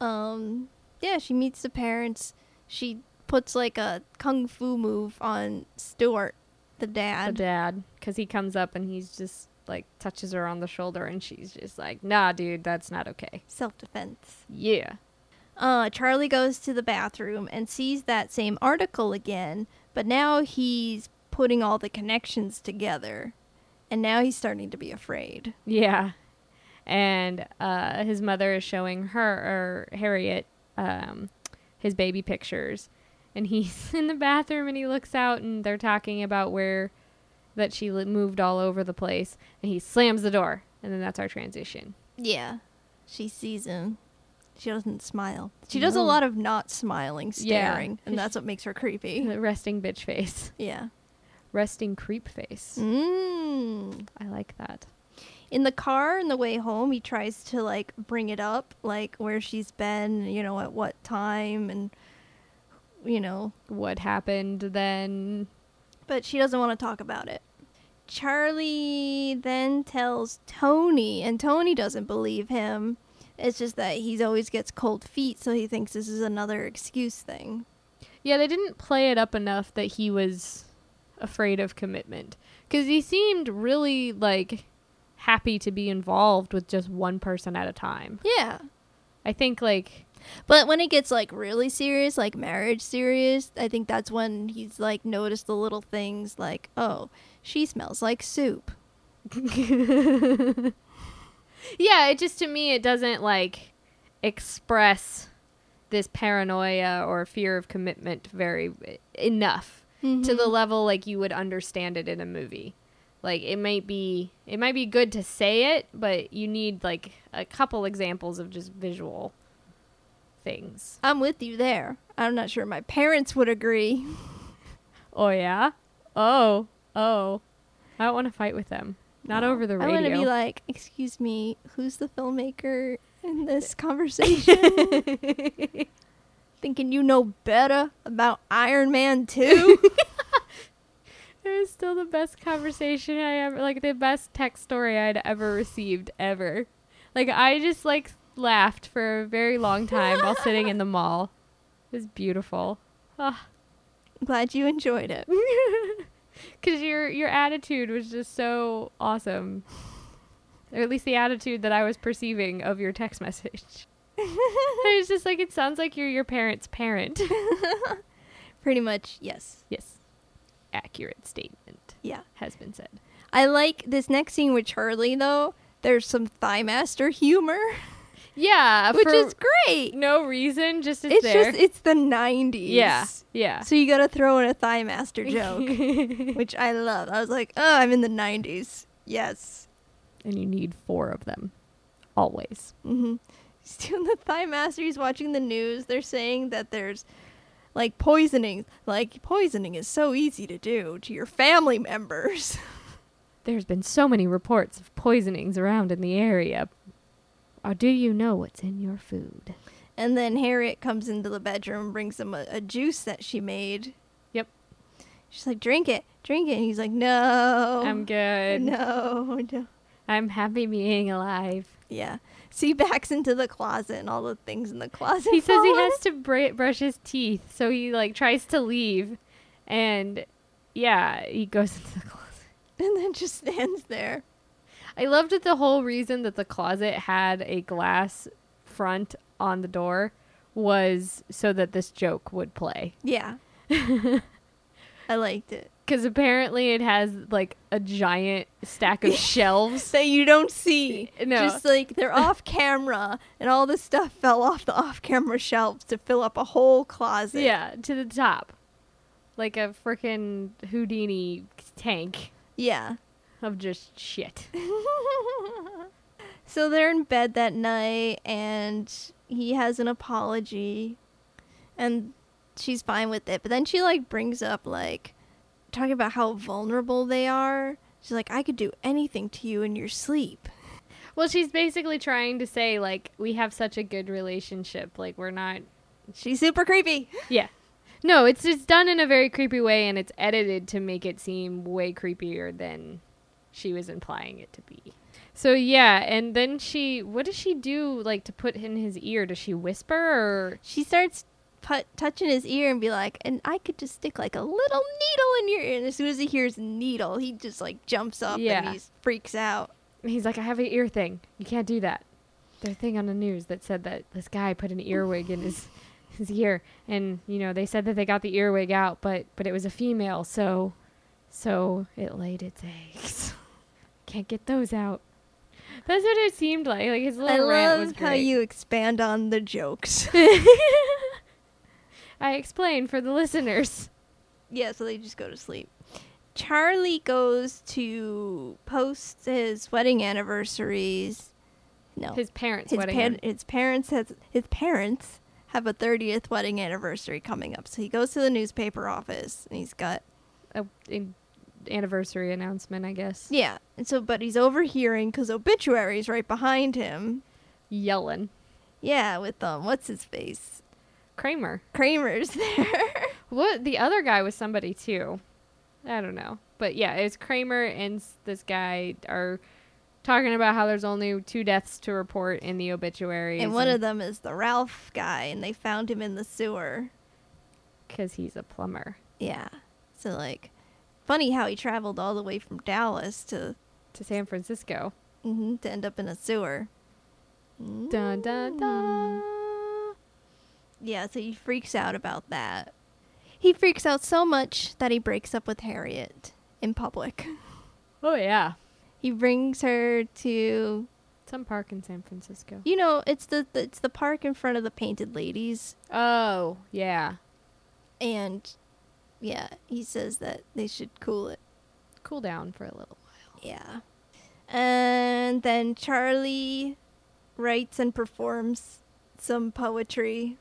Um yeah, she meets the parents. She puts like a kung fu move on Stuart, the the dad. dad because he comes up and he's just like touches her on the shoulder and she's just like nah dude that's not okay Self-defense. yeah Uh Charlie goes to the bathroom and sees that same article again, but now he's putting all the connections together. And now he's starting to be afraid. yeah and uh, his mother is showing her or harriet um, his baby pictures and he's in the bathroom and he looks out and they're talking about where that she li- moved all over the place and he slams the door and then that's our transition Yeah. She sees him. She doesn't smile. She does a lot of not smiling, Yeah. staring, and that's what makes her creepy. The resting bitch face Yeah. resting creep Hmm. face Mm. i like that In the car on the way home, he tries to like bring it up, like where she's been, you know, at what time, and you know, what happened then but she doesn't want to talk about it. Charlie then tells Tony, and Tony doesn't believe him. It's just that he's always gets cold feet, so he thinks this is another excuse thing. Yeah, they didn't play it up enough that he was afraid of commitment. Because he seemed really, like, happy to be involved with just one person at a time. Yeah. I think, like, But when it gets like really serious, like marriage serious, I think that's when he's like noticed the little things like, oh, she smells like soup. yeah, it just, to me, it doesn't, like, express this paranoia or fear of commitment very eh, enough to the level like you would understand it in a movie. Like it might be it might be good to say it, but you need like a couple examples of just visual things. I'm with you there. I'm not sure my parents would agree. Oh yeah. Oh. Oh. I don't want to fight with them. Not over the I want to radio. be like, excuse me, who's the filmmaker in this conversation? Thinking you know better about Iron Man 2? it was still the best conversation I ever like the best text story I'd ever received ever. Like I just like laughed for a very long time while sitting in the mall. It was beautiful. Ah. Glad you enjoyed it. because your your attitude was just so awesome or at least the attitude that i was perceiving of your text message i was just like it sounds like you're your parents parent Pretty much, yes. yes accurate statement Yeah. has been said I like this next scene with Charlie though. There's some thigh master humor, yeah which Uh, for is great. no reason just it's, It's, there just it's the 90s. yeah yeah So you got to throw in a thigh master joke, which I love. I was like, "Oh, I'm in the 90s." Yes. and you need four of them always Mhm. He's doing the thigh master. He's watching the news. They're saying that there's like poisoning. Like poisoning is so easy to do to your family members. There's been so many reports of poisonings around in the area. Or do you know what's in your food? And then Harriet comes into the bedroom and brings him a, a juice that she made. Yep. She's like, drink it, drink it. And he's like, no. I'm good. No, no. I'm happy being alive. Yeah. So he backs into the closet and all the things in the closet. He says he fall on has him. to bra- brush his teeth, so he like tries to leave, and yeah, he goes into the closet. And then just stands there. I loved that the whole reason that the closet had a glass front on the door was so that this joke would play. Yeah. I liked it. because apparently it has like a giant stack of shelves. that you don't see. No. Just like they're off camera and all this stuff fell off the off camera shelves to fill up a whole closet. Yeah, to the top, like a freaking Houdini tank Yeah. of just shit. so they're in bed that night and he has an apology and she's fine with it. But then she like brings up like talking about how vulnerable they are. She's like, I could do anything to you in your sleep. Well, she's basically trying to say like we have such a good relationship, like we're not. She's super creepy. Yeah, no, it's it's done in a very creepy way, and it's edited to make it seem way creepier than she was implying it to be. So yeah, and then she, what does she do like to put in his ear? Does she whisper or? She starts put, touching his ear and be like, and I could just stick like a little needle in your ear. And as soon as he hears needle, he just like jumps up Yeah. and he freaks out. And he's like, I have an ear thing. You can't do that. There's a thing on the news that said that this guy put an earwig in his his ear, and you know they said that they got the earwig out, but but it was a female, so so it laid its eggs. can't get those out. That's what it seemed like. Like his little I rant love was how great. you expand on the jokes. I explained for the listeners. Yeah, so they just go to sleep. Charlie goes to post his wedding anniversaries. No, His parents' Oh. his, wedding. pan- his parents has his parents have a thirtieth wedding anniversary coming up. So he goes to the newspaper office and he's got a, an anniversary announcement, I guess. yeah. And so, but he's overhearing because obituaries right behind him. Yelling. Yeah, with um, what's his face Kramer. Kramer's there. What the other guy was somebody too. I don't know. But yeah, it's Kramer and s- this guy are talking about how there's only two deaths to report in the obituaries. and one of them is the Ralph guy, and they found him in the sewer. because he's a plumber. Yeah. So like, funny how he traveled all the way from Dallas to To San Francisco. mhm, to end up in a sewer. Dun dun dun. Mm. Yeah. So he freaks out about that. He freaks out so much that he breaks up with Harriet in public. Oh yeah. He brings her to Some park in San Francisco. you know it's the, the it's the park in front of the Painted Ladies, Oh, yeah. and yeah, he says that they should cool it. Cool down for a little while. Yeah. And then Charlie writes and performs some poetry.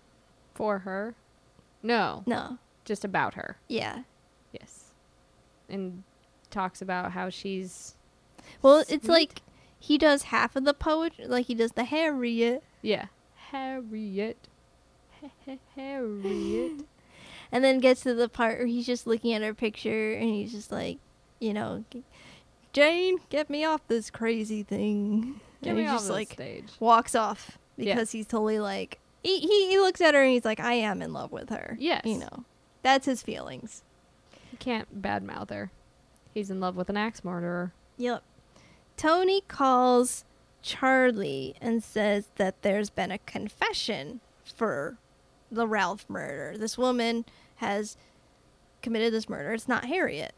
For her? No. No. Just about her. Yeah. Yes. And talks about how she's Well, Sweet. it's like he does half of the poetry, like he does the Harriet, Yeah. Harriet. Harriet. and then gets to the part where he's just looking at her picture and he's just like, you know, Jane, get me off this crazy thing. Get and me he off just the like stage. walks off Yeah. because he's totally like he, he he looks at her and he's like, I am in love with her. Yes. you know, that's his feelings. You can't badmouth her. He's in love with an axe murderer. Yep. Tony calls Charlie and says that there's been a confession for the Ralph murder. This woman has committed this murder. It's not Harriet.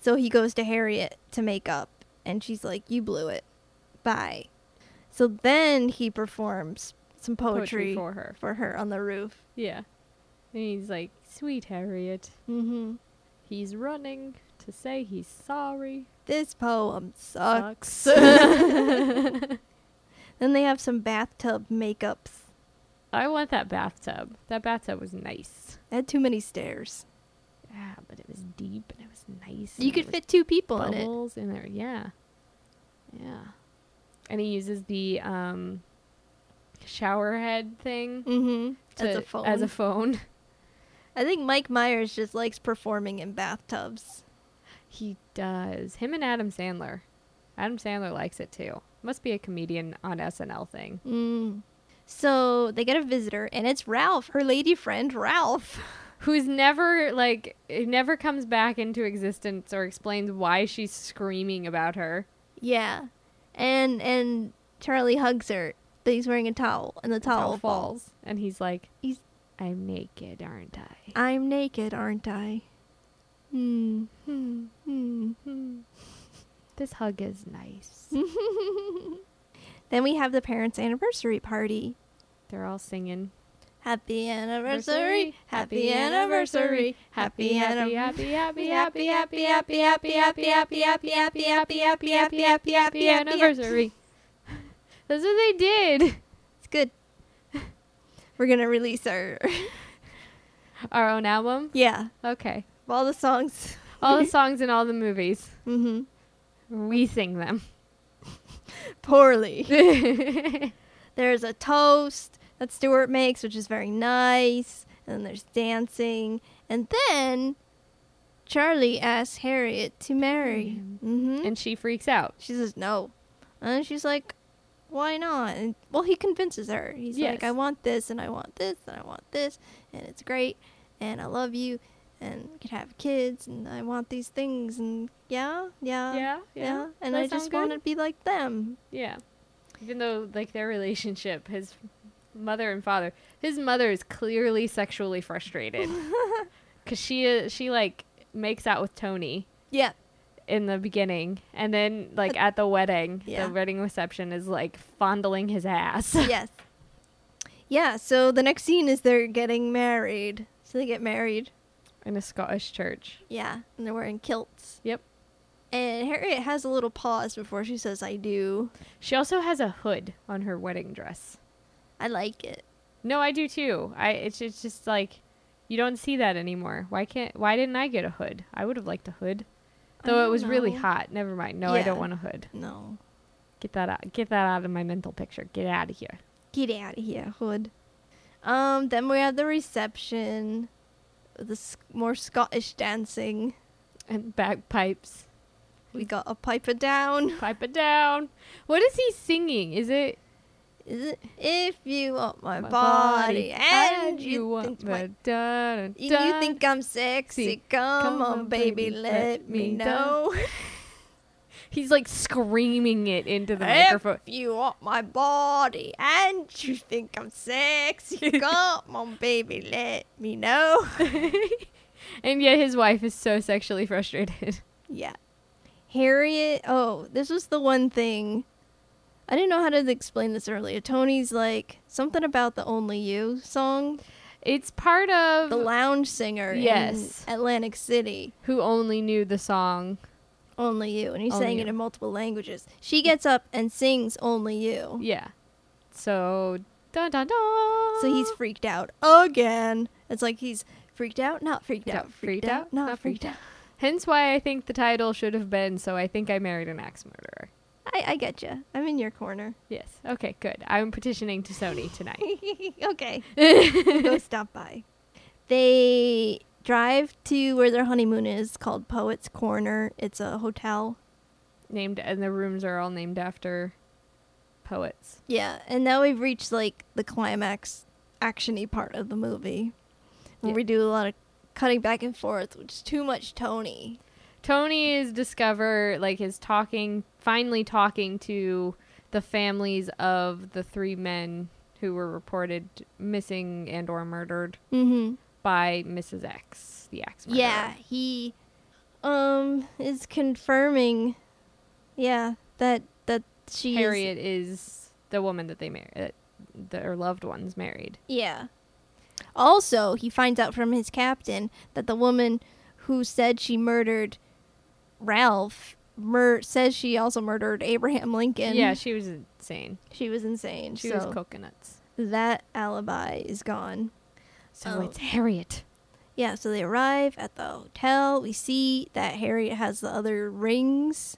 So he goes to Harriet to make up, and she's like, You blew it. Bye. So then he performs some poetry, for her. for her on the roof. Yeah. And he's like, sweet Harriet. Mm-hmm. He's running to say he's sorry. This poem sucks. then they have some bathtub makeups. I want that bathtub. That bathtub was nice. I had too many stairs. Yeah, but it was deep and it was nice. You and could it was fit two people in it. bubbles in there. Yeah. Yeah. And he uses the um shower head thing Mm-hmm. As to- a phone. As a phone. I think Mike Myers just likes performing in bathtubs. He does. Him and Adam Sandler. Adam Sandler likes it too. Must be a comedian on SNL thing. Mm. So they get a visitor, and it's Ralph, her lady friend Ralph. Who's never like it never comes back into existence or explains why she's screaming about her. Yeah, and and Charlie hugs her. But he's wearing a towel, and the towel, How falls. And he's like, He's- I'm naked, aren't I? I'm naked, aren't I? Hmm. Hmm. Hmm. Hmm. This hug is nice. Then we have the parents' anniversary party. They're all singing. Happy anniversary! Happy anniversary! Happy, happy, happy, happy, happy, happy, happy, happy, happy, happy, happy, happy, happy, happy, happy, happy, happy happy anniversary. That's what they did. It's good. We're gonna release our Our own album. yeah, Okay. of all the songs. All the songs in all the movies. Mm-hmm. We sing them. Poorly. There's There's a toast that Stuart makes, which is very nice. And then there's dancing. And then Charlie asks Harriet to marry. Mm-hmm. And And she freaks out. she says no. And she's like, why not? And, well, he convinces her. He's Yes. like, I want this, and I want this, and I want this, and it's great, and I love you, and we can have kids, and I want these things, and yeah, yeah, Yeah, Uh, yeah. Does And I that sound just good? want to be like them. Yeah. Even though like their relationship, his mother and father, his mother is clearly sexually frustrated cuz she is she like makes out with Tony Yeah. in the beginning and then like at the wedding, Yeah. the wedding reception is like fondling his ass. yes. Yeah, so the next scene is they're getting married. So they get married. in a Scottish church. Yeah. And they're wearing kilts. Yep. And Harriet has a little pause before she says, I do. She also has a hood on her wedding dress. I like it. No, I do too. I it's just, it's just like you don't see that anymore. Why can't why didn't I get a hood? I would have liked a hood. I Though it don't was really know. hot. Never mind. No, I don't Yeah. want a hood. No. Get that out. Get that out of my mental picture. Get out of here. Get out of here, Hood. Um, then we have the reception. The s- more Scottish dancing. And bagpipes. We got a piper down. Pipe it down. What is he singing? Is it Is it? If you want my, my body, and you, want think my the dun, You dun. think I'm sexy? See, Come, come on, baby, let me know. he's like screaming it into the microphone? if you want my body and you think I'm sexy, come on, baby, let me know. And yet his wife is so sexually frustrated. Yeah. Harriet, oh, this was the one thing. I didn't know how to explain this earlier. Tony's like something about the Only You song, It's part of the lounge singer Yes. in Atlantic City. who only knew the song. Only you, and he Only sang You. it in multiple languages. She gets up and sings Only You. Yeah. So dun dun dun. So he's freaked out again. It's like he's freaked out, not freaked out, freaked out, not freaked out. Hence why I think the title should have been So I Think I Married an Axe Murderer. I, I get you. I'm in your corner. Yes. Okay, good. I'm petitioning to Sony tonight. okay. Go stop by. They drive to where their honeymoon is called Poets Corner. It's a hotel. named and the rooms are all named after poets. Yeah, and now we've reached like the climax actiony part of the movie. Where Yeah. we do a lot of cutting back and forth, which is too much Tony. Tony is discover like is talking finally talking to the families of the three men who were reported missing and or murdered Mm-hmm. by Mrs. X, the axe murderer. Yeah, he um is confirming yeah, that that she is- Harriet is the woman that they married, that their loved ones married. Yeah. Also, he finds out from his captain that the woman who said she murdered Ralph mur- says she also murdered Abraham Lincoln. yeah, she was insane. she was insane. She so was coconuts. that alibi is gone. So Oh. it's Harriet. Yeah, so they arrive at the hotel. We see that Harriet has the other rings.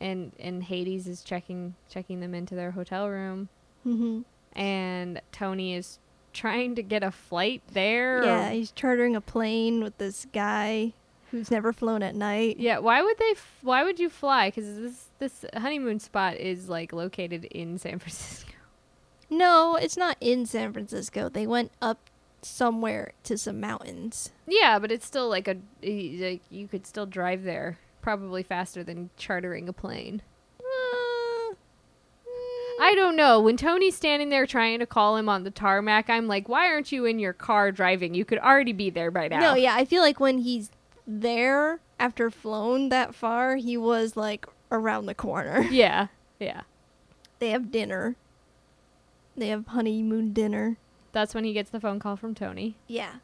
And and Hades is checking checking them into their hotel room Mm-hmm. and Tony is trying to get a flight there. or- Yeah, he's chartering a plane with this guy who's never flown at night. Yeah, why would they f- why would you fly cuz this this honeymoon spot is like located in San Francisco. No, it's not in San Francisco. They went up somewhere to some mountains. Yeah, but it's still like a y- like you could still drive there probably faster than chartering a plane. Uh, I don't know. When Tony's standing there trying to call him on the tarmac, I'm like, why aren't you in your car driving? You could already be there by now. no, yeah, I feel like when he's there after flown that far, he was like around the corner. Yeah. Yeah. They have dinner. They have honeymoon dinner. That's when he gets the phone call from Tony. Yeah.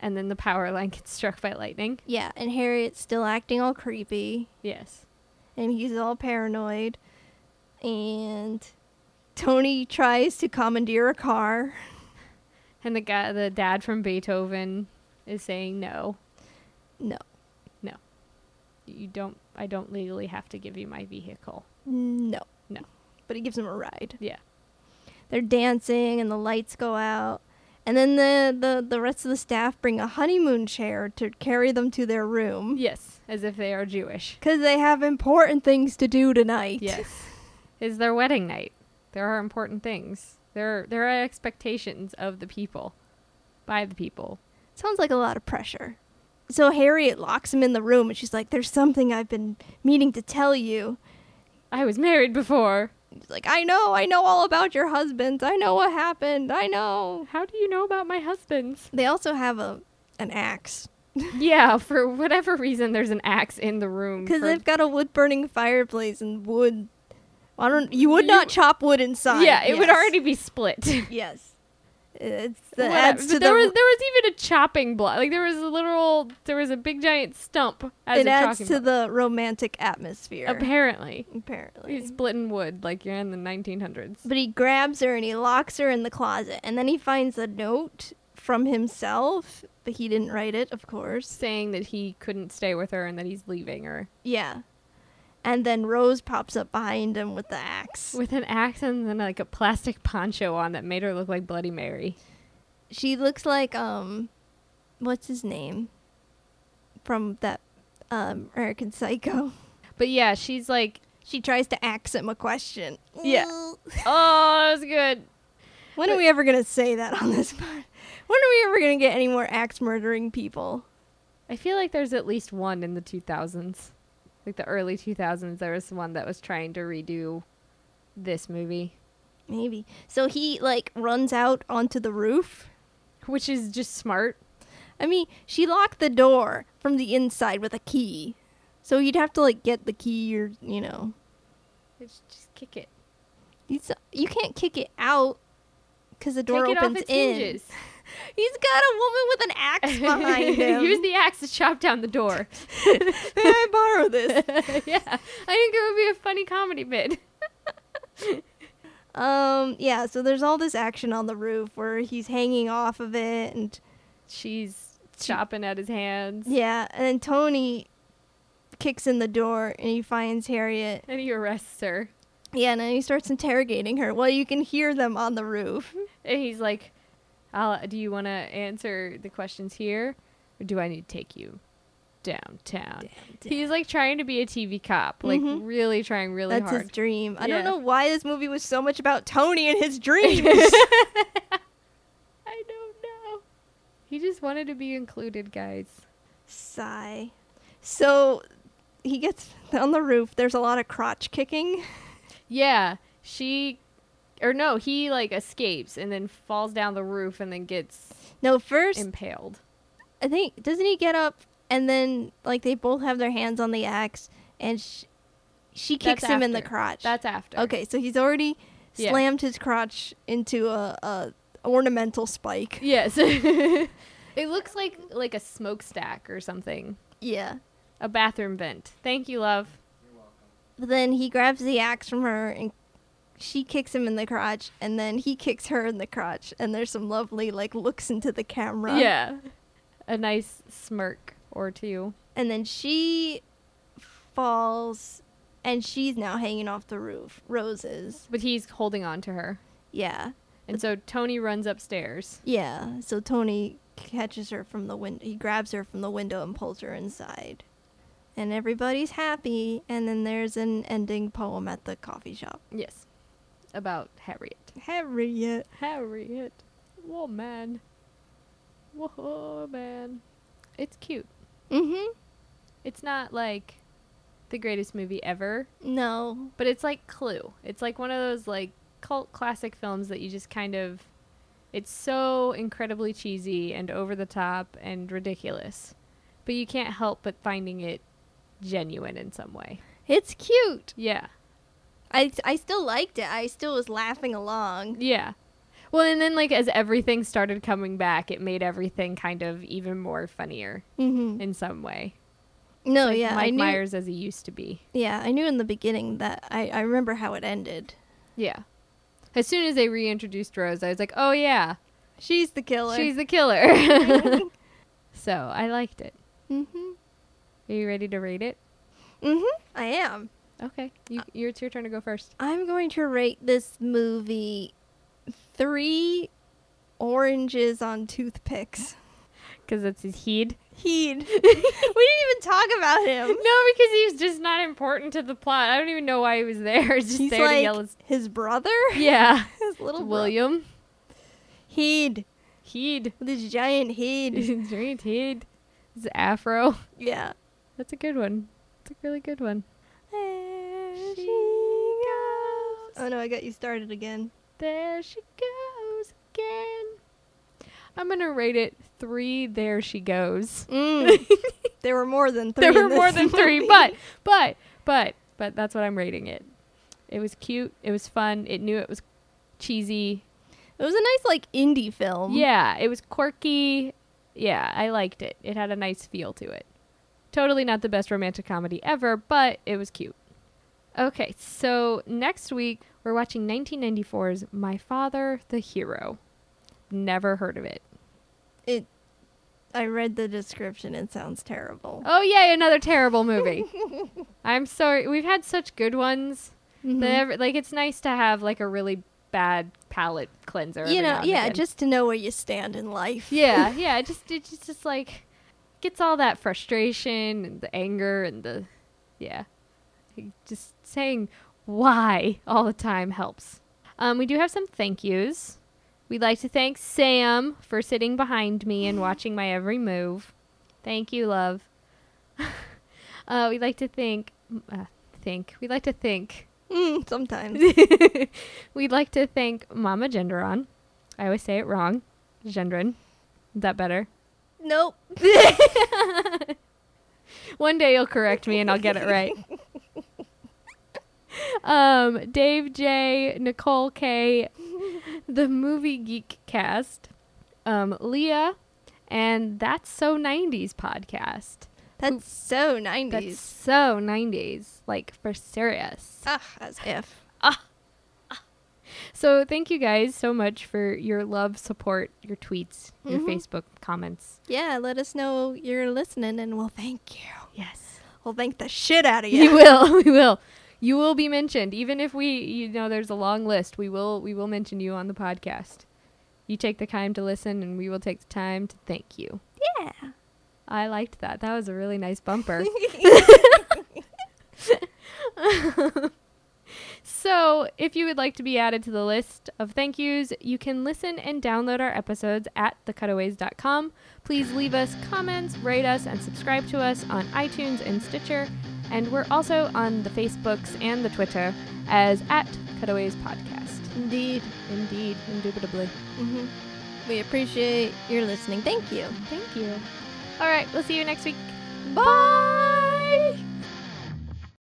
And then the power line gets struck by lightning. Yeah, and Harriet's still acting all creepy Yes. and he's all paranoid and Tony tries to commandeer a car. And the guy, the dad from Beethoven, is saying no. No. You don't. I don't legally have to give you my vehicle. No. No. But he gives him a ride. Yeah. They're dancing and the lights go out. And then the, the, the rest of the staff bring a honeymoon chair to carry them to their room. Yes, as if they are Jewish. Because they have important things to do tonight. Yes. is their wedding night. There are important things. There, there are expectations of the people, by the people. Sounds like a lot of pressure. So Harriet locks him in the room and she's like, There's something I've been meaning to tell you. I was married before. He's like, I know, I know all about your husbands. I know what happened. I know. How do you know about my husband's? They also have a an axe yeah, for whatever reason, there's an axe in the room. because for- they've got a wood burning fireplace and wood. I don't. You would You- not chop wood inside. yeah, it would Yes. already be split. Yes, it's that Whatever. adds to But there the. was there was even a chopping block. Like there was a literal there was a big giant stump as it a adds chopping to block. the romantic atmosphere. Apparently, apparently. he's splitting wood like you're in the 1900s. But he grabs her and he locks her in the closet, and then he finds a note from himself, but he didn't write it, of course. Saying that he couldn't stay with her and that he's leaving her Yeah. And then Rose pops up behind him with the axe. with an axe and then like a plastic poncho on that made her look like Bloody Mary. She looks like um what's his name? From that um American Psycho. But yeah, she's like, She tries to axe him a question. Yeah. oh, that was good. When are we ever gonna say that on this part? When are we ever gonna get any more axe murdering people? I feel like there's at least one in the 2000s, like the early 2000s. There was one that was trying to redo this movie. Maybe. So he like runs out onto the roof. which is just smart. I mean, she locked the door from the inside with a key. So you'd have to like get the key or you know. It's just kick it. It's, you can't kick it out because the door Take it off opens its in. hinges. He's got a woman with an axe behind him. Use the axe to chop down the door. May I borrow this? yeah, I think it would be a funny comedy bit. Um, yeah. So there's all this action on the roof where he's hanging off of it, and She's chopping at his hands, yeah, and then Tony kicks in the door and he finds Harriet. and he arrests her, Yeah, and then he starts interrogating her. Well, you can hear them on the roof. and he's like, I'll, "Do you want to answer the questions here, or do I need to take you downtown?" He's like trying to be a TV cop, like Mhm. really trying really That's hard. his dream. I Yeah. don't know why this movie was so much about Tony and his dreams. I don't know. He just wanted to be included, guys. Sigh. So he gets on the roof. There's a lot of crotch kicking. Yeah, she, or no, he like escapes and then falls down the roof and then gets No, first impaled. I think doesn't he get up and then like they both have their hands on the axe and sh- she That's kicks him in the after. crotch. That's after. okay. So he's already Yeah. slammed his crotch into a, a ornamental spike. Yes. it looks like like a smokestack or something, Yeah. a bathroom vent. Thank you, love. But then he grabs the axe from her and she kicks him in the crotch and then he kicks her in the crotch and there's some lovely like looks into the camera. Yeah, a nice smirk or two. and then she falls and she's now hanging off the roof roses But he's holding on to her, yeah and so Tony runs upstairs. yeah so tony catches her from the window he grabs her from the window and pulls her inside and everybody's happy and then there's an ending poem at the coffee shop Yes, about Harriet. harriet Harriet, woman, woman. It's cute. mm-hmm It's not like the greatest movie ever, no but it's like Clue. It's like one of those like cult classic films that you just kind of it's so incredibly cheesy and over the top and ridiculous. but you can't help but finding it genuine in some way. It's cute. Yeah. I, I still liked it. I still was laughing along. Yeah. Well, and then like as everything started coming back, it made everything kind of even more funnier Mm-hmm. in some way. No, Like Oh, yeah, Mike I knew. Myers as he used to be. Yeah, I knew in the beginning that I, I remember how it ended. Yeah. As soon as they reintroduced Rose, I was like, "Oh yeah, She's the killer. she's the killer." so I liked it. mm-hmm. Are you ready to rate it? Mm-hmm. I am. Okay, Uh, you, you it's your turn to go first. I'm going to rate this movie three oranges on toothpicks. Because that's his heed. Heed. we didn't even talk about No, him. because he's just not important to the plot. I don't even know why he was there. He's just He's there to like yell. His- his brother. yeah, His little bro- William Heed. Heed. With his giant heed. Giant Heed. His afro. yeah. That's a good one. That's a really good one. There she She goes. Oh no, I got you started again. There she goes again. I'm gonna rate it three. There she goes. Mm. there were more than three. there in were more this than three, movie. but but but but that's what I'm rating it. It was cute. It was fun. It knew it was cheesy. it was a nice like indie film. Yeah, it was quirky. Yeah, I liked it. It had a nice feel to it. Totally not the best romantic comedy ever, but it was cute. Okay, so next week we're watching 1994's My Father the Hero. Never heard of it. It. I read the description. It sounds terrible. Oh, yay, another terrible movie. I'm sorry. We've had such good ones. Mhm. They never- like, it's nice to have, like, a really bad palate cleanser. every you now know, and yeah, again. just to know where you stand in life. Yeah, yeah. It just it just, just like gets all that frustration and the anger and the yeah. Just saying why all the time helps. Um, we do have some thank yous. We'd like to thank Sam for sitting behind me and watching my every move. Thank you, love. uh, we'd like to thank uh, think. We'd like to thank Mm, sometimes. We'd like to thank Mama Gendron. I always say it wrong. Gendron. Is that better? nope. One day you'll correct me and I'll get it right. um, Dave J, Nicole K, the Movie Geek Cast, um, Leah, and That's So 90s podcast. That's so 90s. That's so 90s, like for serious. ah, as if. So thank you guys so much for your love, support, your tweets, your Mhm. Facebook comments. Yeah, let us know you're listening and we'll thank you. Yes. We'll thank the shit out of You you. will. We will. You will be mentioned even if we you know there's a long list. We will we will mention you on the podcast. You take the time to listen and we will take the time to thank you. yeah. I liked that. That was a really nice bumper. so, if you would like to be added to the list of thank yous, you can listen and download our episodes at thecutaways.com. Please leave us comments, rate us, and subscribe to us on iTunes and Stitcher. And we're also on the Facebooks and the Twitter as at Cutaways Podcast. Indeed. Indeed, indubitably. hmm We appreciate your listening. Thank you. Thank you. All right, we'll see you next week. Bye!